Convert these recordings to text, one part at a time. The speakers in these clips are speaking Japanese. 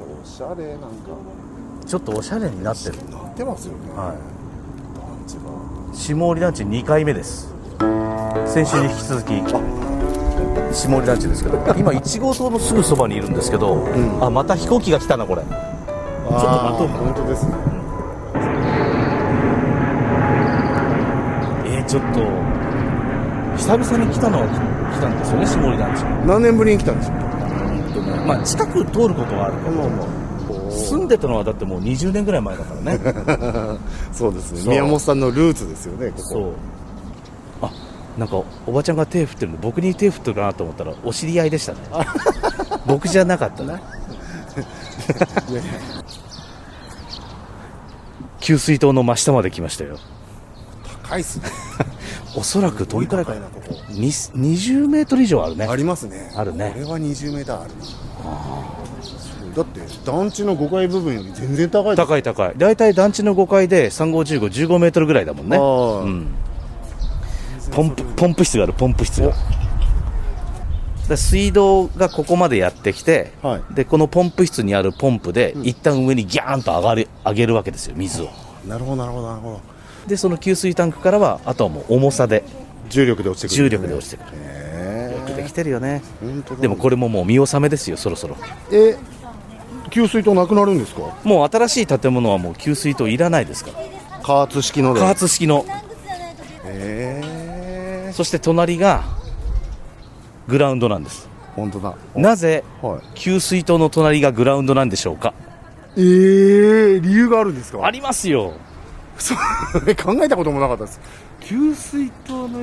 おしゃれなんかちょっとおしゃれになってるなってますよね、はランチが下り団地2回目です先週に引き続き下り団地ですけど今1号棟のすぐそばにいるんですけど、んあまた飛行機が来たなこれちょっと待とう本当ですねえー、ちょっと久々に来たのは来たんですよね下り団地何年ぶりに来たんでしょうまあ近く通ることはあるけどまあまあこ住んでたのはだってもう20年ぐらい前だからねうそうですそうね宮本さんのルーツですよねここそうあなんかおばちゃんが手振ってるの僕に手振ってるかなと思ったらお知り合いでし たね僕じゃなかったね給水塔の真下まで来ましたよ高いっすねおそらくどんくらいかすごい高いなここに20メートル以上あるねありますねあるねこれは20メーターあるなそうだって団地の5階部分より全然高いです高い高い大体団地の5階で3 5 1 5 1 5メートルぐらいだもんねあーうんポンプポンプ室があるポンプ室がで水道がここまでやってきて、はでこのポンプ室にあるポンプで、一旦上にギャーンと上がる上げるわけですよ水をなるほどなるほどなるほどでその給水タンクからはあとはもう重さで重力で落ちてくる重力で落ちてくる、へできてるよねえ本当だでもこれももう見納めですよそろそろえ給水塔なくなるんですかもう新しい建物はもう給水塔いらないですから加圧式ので加圧式のへえそして隣がグラウンドなんです本当だなぜはい給水塔の隣がグラウンドなんでしょうかええ理由があるんですかありますよそれ 考えたこともなかったです給水塔の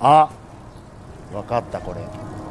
あ分かったこれ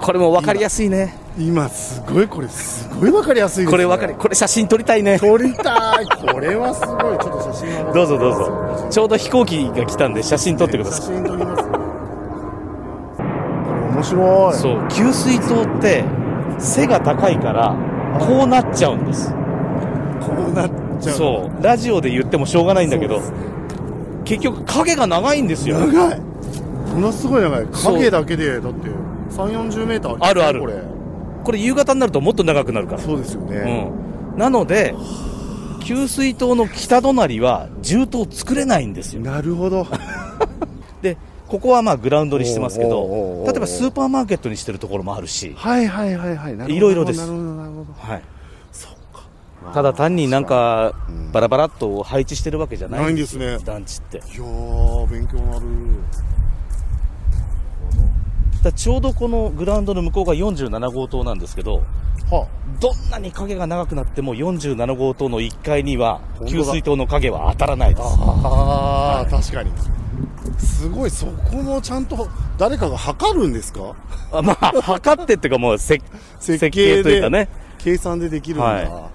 これも分かりやすいね今すごいこれすごい分かりやすいです、ね、これ分かりこれ写真撮りたいね撮りたいこれはすごいちょっと写真をどうぞどうぞちょうど飛行機が来たんで写真撮ってくだ写さい真撮りますこれ面白いそう給水塔って背が高いからこうなっちゃうんですこうなっちゃうそうラジオで言ってもしょうがないんだけどそう結局影が長いんですよ長いものすごい長いそう影だけでだって3 4 0メーターあるあるこれこれ夕方になるともっと長くなるからそうですよね、うん、なので給水塔の北隣は銃塔作れないんですよなるほどでここはまあグラウンドにしてますけおうおうおうおどう例えばスーパーマーケットにしてるところもあるし、はいはいはいはいなるほどいろいろですなるほどなるほどはい、そっかただ単になんかうんバラバラっと配置してるわけじゃないないんですね団地ってだかいやー勉強になるらちょうどこのグラウンドの向こうが47号棟なんですけどはどんなに影が長くなっても47号棟の1階には本当だ給水塔の影は当たらないですああー、確かにすごいそこもちゃんと誰かが測るんですかあまあ測ってっていうかもう設設計というかね計算でできるんだ、は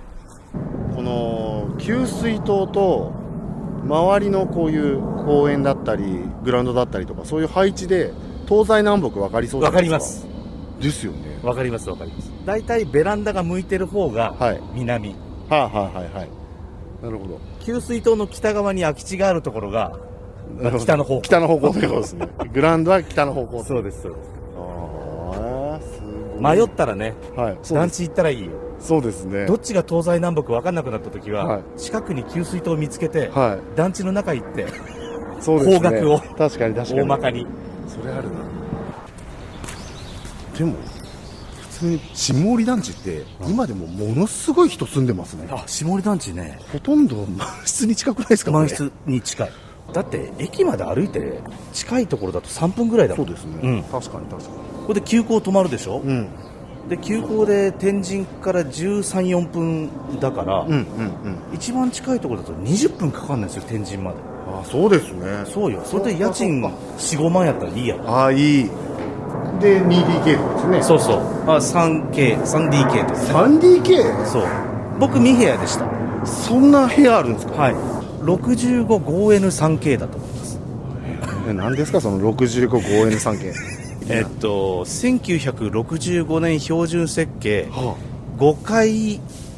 この給水塔と周りのこういう公園だったりグラウンドだったりとかそういう配置で東西南北分かりそうじゃわなかいでりすかますですよねわかりますわかります大体ベランダが向いてる方がはい南、はいはいはいはいなるほど給水塔の北側に空き地があるところがなるほど北の方北の方向ということです ねグラウンドは北の方向そうですそうですああすごい迷ったらねはいそう団です地行ったらいいよそうですねどっちが東西南北分かんなくなった時は、はい近くに給水塔を見つけて、は団地の中行っていそうですね方角を確かに確かに大まかにそれあるなでも普通に下り団地って今でもものすごい人住んでますねあ下り団地ねほとんど満室に近くないですかこれ満室に近いだって駅まで歩いて近いところだと3分ぐらいだそうんもこですね、うん確かに確かにこで急行止まるでしょ、うんで急行で天神から134分だから、うんうんうん一番近いところだと20分かかんないんですよ天神まであそうですねそうよそれで家賃そうか45万やったらいいやろああいいで 2DK ですねそうそうあ 3K3DK ですね 3DK? そう僕2部屋でしたそんな部屋あるんですかはい 65-5N3K だと思いますえ何ですかその 65-5N3K えっと1965年標準設計は5階、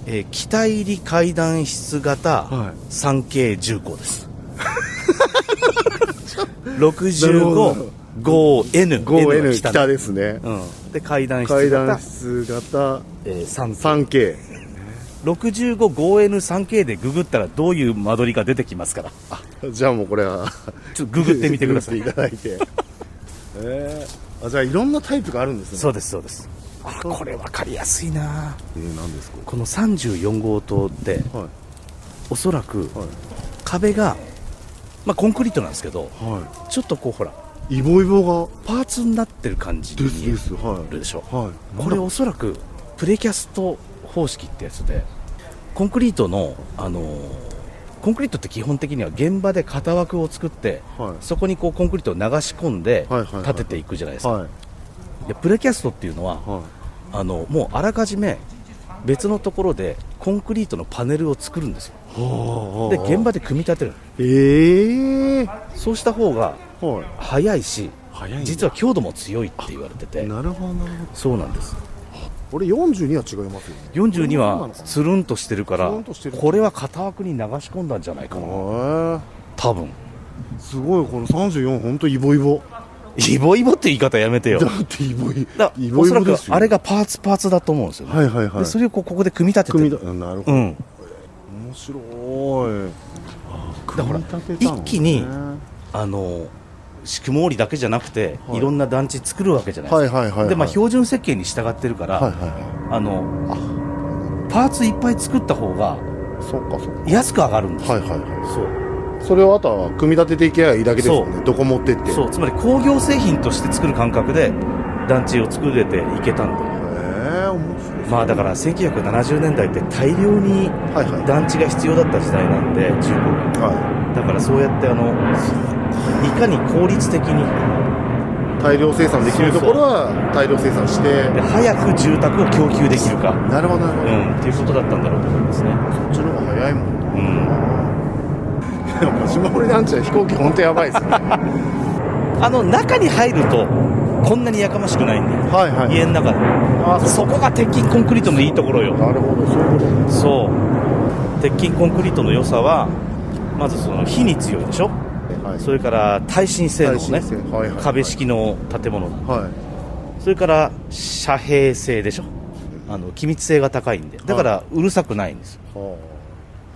えー北入り階段室型はい 3K 重工です あ 65-5N 5N ね北ですねうん、で階段室階型段室型えー 3K 3K 65-5N3K でググったらどういう間取りが出てきますからじゃあもうこれ はちょっとググってみてくださいググっていただいて えー、あじゃあいろんなタイプがあるんですねそうですそうですあこれ分かりやすいなえー、何ですかこの34号棟ってはいおそらくはい壁が、まあ、コンクリートなんですけどはちょっとこうほらいイボイボパーツになってる感じがにです見ですはえるでしょいはいこれおそらくプレキャスト方式ってやつでコンクリートの、あのーコンクリートって基本的には現場で型枠を作って、はいそこにこうコンクリートを流し込んではいはいはい立てていくじゃないですか、はいでプレキャストっていうのははあのもうあらかじめ別のところでコンクリートのパネルを作るんですよいはで現場で組み立てるええー、そうした方がはい早いし早いんだ実は強度も強いって言われててなるほどなるほどそうなんです俺42は違いますよね42そうなはのかなつるんとしてるからつるんとしてるこれは型枠に流し込んだんじゃないかなは多分いすごいこの34本当イボイボイボイボって言い方やめてよだってイボイだイおボイそらボくですよあれがパーツパーツだと思うんですよね、はいはいはいでそれをこうここで組み立てて組みる立てなるほうど、ん面白いあー組み立てたのね一気にあの宿毛りだけじゃなくて、はいい、ろんな団地作るわけじゃないですか、はいはいはいはいでまあ標準設計に従ってるから、はいはいはあのパーツいっぱい作った方がいそっかそっ安く上がるんですかよ、はいはいはそういそれをあとは組み立てていけばいいだけですよそねどこ持ってってそうつまり工業製品として作る感覚で団地を作れていけたんでへえ面白いまあだから1970年代って大量にはいはい団地が必要だった時代なんで中国はだからそうやってあのいかに効率的にい大量生産できるところは大量生産してで早く住宅を供給できるかなるほどなるうほど、んっていうことだったんだろうと思いますねそっちの方が早いもん なうんでも島森団地は飛行機本当やばい ですねはあの中に入るとこんなにやかましくないんでいはい家の中であそそこが鉄筋コンクリートのいいところようなるほどそういうことねそう鉄筋コンクリートの良さはまずその火に強いでしょはいそれから耐震性能ね耐震性はいはいはい壁式の建物なんではいそれから遮蔽性でしょあの気密性が高いんでだからうるさくないんですよは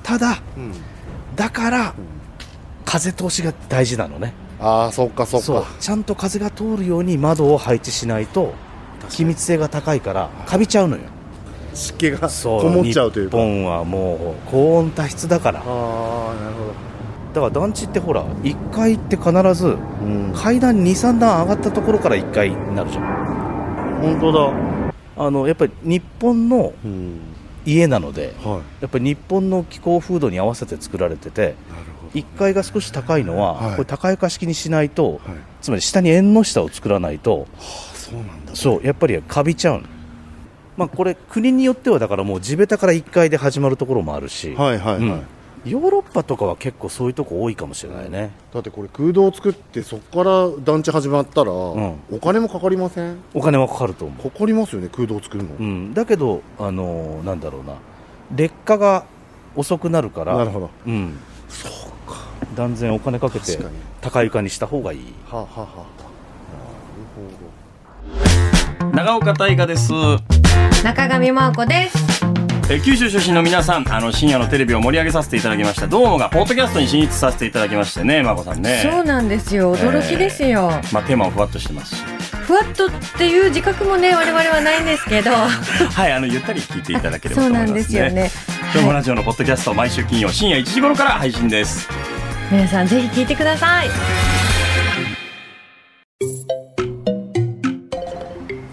ただあうんだから風通しが大事なのねああそっかそっそうかちゃんと風が通るように窓を配置しないと気密性が高いからカビちゃうのよ湿気がそうこもっちゃうというか日本はもう高温多湿だからだああなるほから団地ってほら1階って必ずどうん階段23段上がったところから1階になるじゃん本当だあのやっぱり日本のうん家なのではいやっぱり日本の気候風土に合わせて作られててなるほ1階が少し高いのは、はいこれ高床式にしないと、はいはつまり下に縁の下を作らないとあそうなんだそうやっぱりカビちゃうのまあこれ国によってはだからもう地べたから1階で始まるところもあるし、はいはいはい、うんヨーロッパとかは結構そういうとこ多いかもしれないねだってこれ空洞作ってそこから団地始まったら、んお金もかかりませんお金はかかると思かかりますよね空洞作るの、う、うん、だけどあのーなんだろうな劣化が遅くなるからなるほどうん、そうかは断然お金かけて確かに高床にした方がいいあ、はあはあ、なるほど長岡大河です中上真央子ですえー九州出身の皆さんあの深夜のテレビを盛り上げさせていただきましたどうもがポッドキャストに進出させていただきましてねまこさんそうねなんですよ驚きですよ、まあテーマもふわっとして ますしふわっとっていう自覚もね我々はないんですけどはいあのゆったり聞いていただければそとう思いまなすんねですよね今日もラジオのポッドキャスト毎週金曜深夜1時頃から配信です皆さんぜひ聞いてください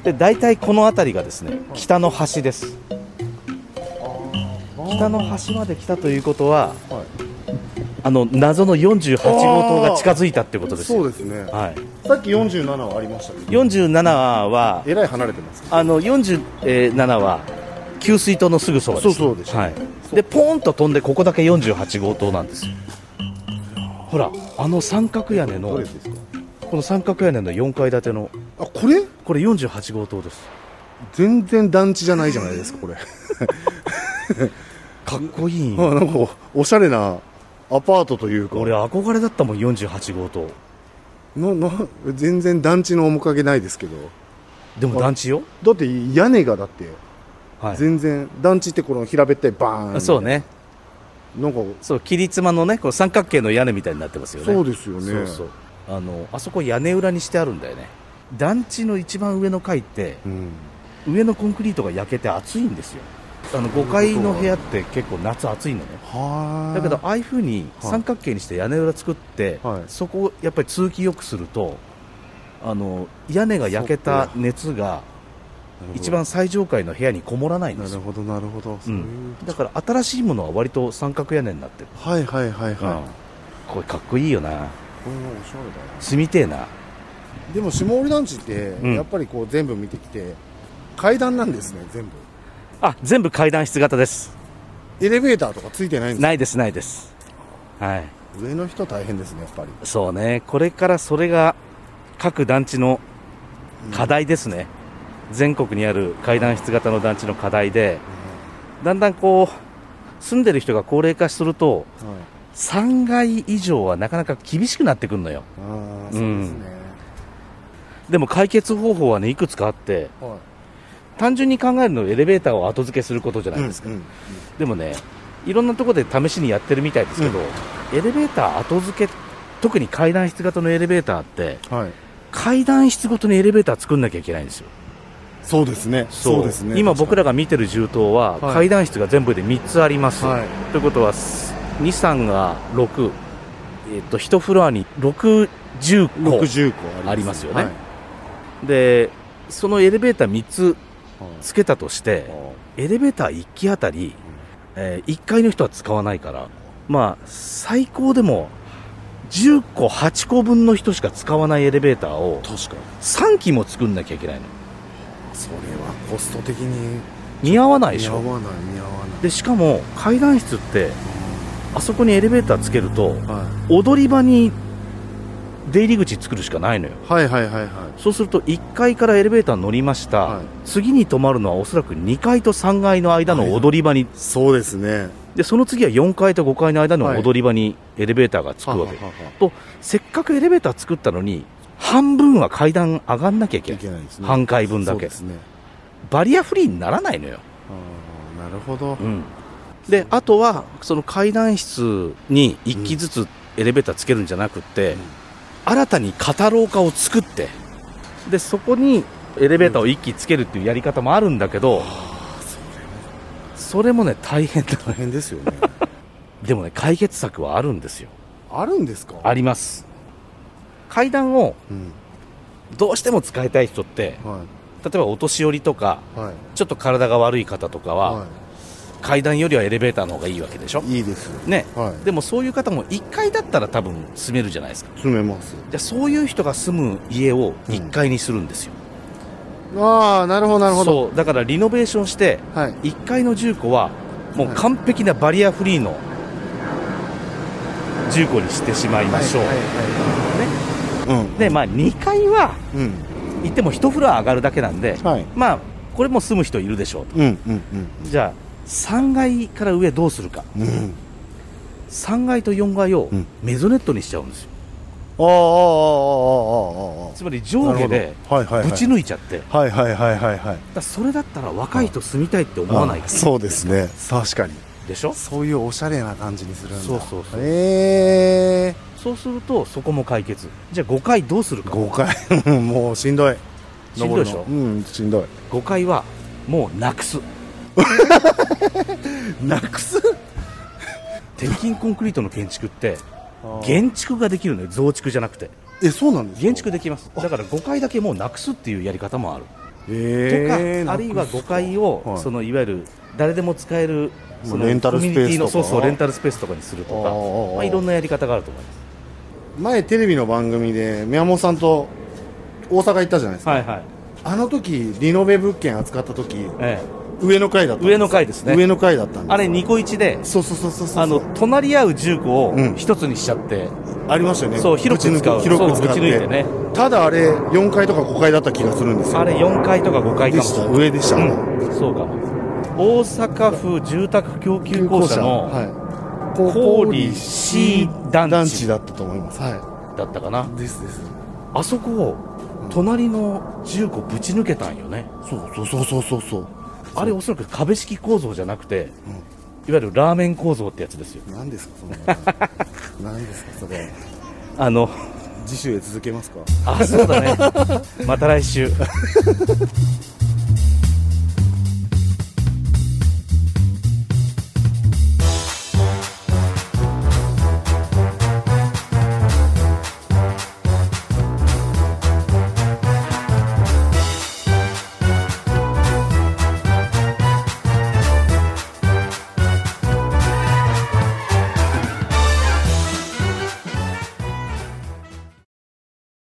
で大体この辺りがですね北の端です北の端まで来たということは、はあの謎の48号棟が近づいたってことですよそうですねはい、さっき47はありましたけど47はえらい離れてますあの47は給水塔のすぐそばですそうそうでしたはい、でポーンと飛んでここだけ48号棟なんですよほらあの三角屋根どのれですかこの三角屋根の4階建てのあこれこれ48号棟です全然団地じゃないじゃないです かこれかっこいいあなんかおしゃれなアパートというか俺憧れだったもん48号棟なな全然団地の面影ないですけどでも団地よだって屋根がだってはい全然団地ってこの平べったいバーンそうねなんかそう切妻のねこう三角形の屋根みたいになってますよねそうですよねそうそうあのあそこ屋根裏にしてあるんだよね団地の一番上の階ってうん、上のコンクリートが焼けて暑いんですよあの5階の部屋って結構夏暑いのねはだけどああいうふうにはい三角形にして屋根裏作って、はいそこをやっぱり通気よくするとあの屋根が焼けた熱が一番最上階の部屋にこもらないんなでするよほどなるほどなるほどそうういう、ん、だから新しいものは割と三角屋根になってる、はいはいはいはい、うん、これかっこいいよなこういうのおしゃれだな住みてえなでも下り団地ってんやっぱりこう全部見てきて、階段なんですね全部あ全部階段室型ですエレベーターとかついてないんでないですないですはいす上の人大変ですねやっぱりそうねこれからそれが各団地の課題ですね、全国にある階段室型の団地の課題で、だんだんこう住んでる人が高齢化するとはい3階以上はなかなか厳しくなってくるのよああんそうですね、でも解決方法はねいくつかあってはい単純に考えるのはエレベーターを後付けすることじゃないですか、うんうんでもねいろんなところで試しにやってるみたいですけど、エレベーター後付け特に階段室型のエレベーターってはい階段室ごとにエレベーター作んなきゃいけないんですよそうですねそうですね今僕ららが見てる銃刀ははい階段室が全部で3つあります、はいということは23が6、えっと1フロアに610 60個あありりまますすよね個でそのエレベーター3つつけたとしてエレベーター1機あたり、え1階の人は使わないからまあ最高でも10個8個分の人しか使わないエレベーターを確かに3機も作んなきゃいけないのそれはコスト的に似合わないで見し合ょわない見合わないでしかも階段室ってあそこにエレベーターつけるとは踊り場に出入り口作るしかないのよいはいはいはいはそうすると1階からエレベーター乗りました、はい次に止まるのはおそらく2階と3階の間の踊り場に、いそうですねでその次は4階と5階の間の踊り場にエレベーターがつくわけ、ははははとせっかくエレベーター作ったのに半分は階段上がんなきゃいけいないけないですね半階分だけそうですねバリアフリーにならないのよあーなるほど、であとはその階段室に1機ずつエレベーターつけるんじゃなくって、ん新たに片廊下を作ってでそこにエレベーターを1機つけるっていうやり方もあるんだけど、それもね大変だ大変ですよね でもね解決策はあるんですよあるんですかあります階段をうんどうしても使いたい人っては例えばお年寄りとかいはいちょっと体が悪い方とかは、は階段よりはエレベーターの方がいいわけでしょいいいですよねはいでもそういう方も1階だったら多分住めるじゃないですか詰めますじゃあそういう人が住む家を1階にするんですよ、ああなるほどなるほどそうだからリノベーションしてはい1階の住戸はもう完璧なバリアフリーの住戸にしてしまいましょう、はいはいはいでまあ2階はうんうん行っても1フロア上がるだけなんで、はいまあこれも住む人いるでしょうとうんうんじゃあ3階から上どうするかうんうん3階と4階をうんメゾネットにしちゃうんですよあああああああああつまり上下ではいはいはいぶち抜いちゃって、はいはいはいはいはいだからそれだったら若い人住みたいって思わないあそうですね確かにでしょそういうおしゃれな感じにするんだそうそうそうええそうするとそこも解決じゃあ5階どうするか5回うんもうしんどいしんどいでしょ登るのうんしんどい5階はもうなくす なくす鉄筋コンクリートの建築って減築ができるのよ増築じゃなくてえそうなんですか減築できますだから5階だけもうなくすっていうやり方もある、ええとかあるいは5階を、はいそのいわゆる誰でも使えるそのレンタルスペースコミュニティとのかそうそうレンタルスペースとかにするとかあーまあ、いろんなやり方があると思います前テレビの番組で宮本さんと大阪行ったじゃないですか、はいはい、あの時リノベ物件扱った時え上の階だったんです上の階ですね上の階だったんえ、ですあれニコイチでそうそうそうそうそうあの隣り合う住戸をうん一つにしちゃって、ありましたよねそう広く使うぶち抜き広く使ってそうぶち抜いてねただあれ4階とか5階だった気がするんですよあれ4階とか5階でかもししたれない上でした、うん、そうかも大阪府住宅供給公社のはい郡 C 団地団地だったと思いますはだったかないですですあそこを隣の住戸ぶち抜けたんよねそうそうそうそうそうそうあれおそらく壁式構造じゃなくうてんいわゆるラーメン構造ってやつですよ何ですかその何ですかそれあの 次週へ続けますかあそうだねまた来週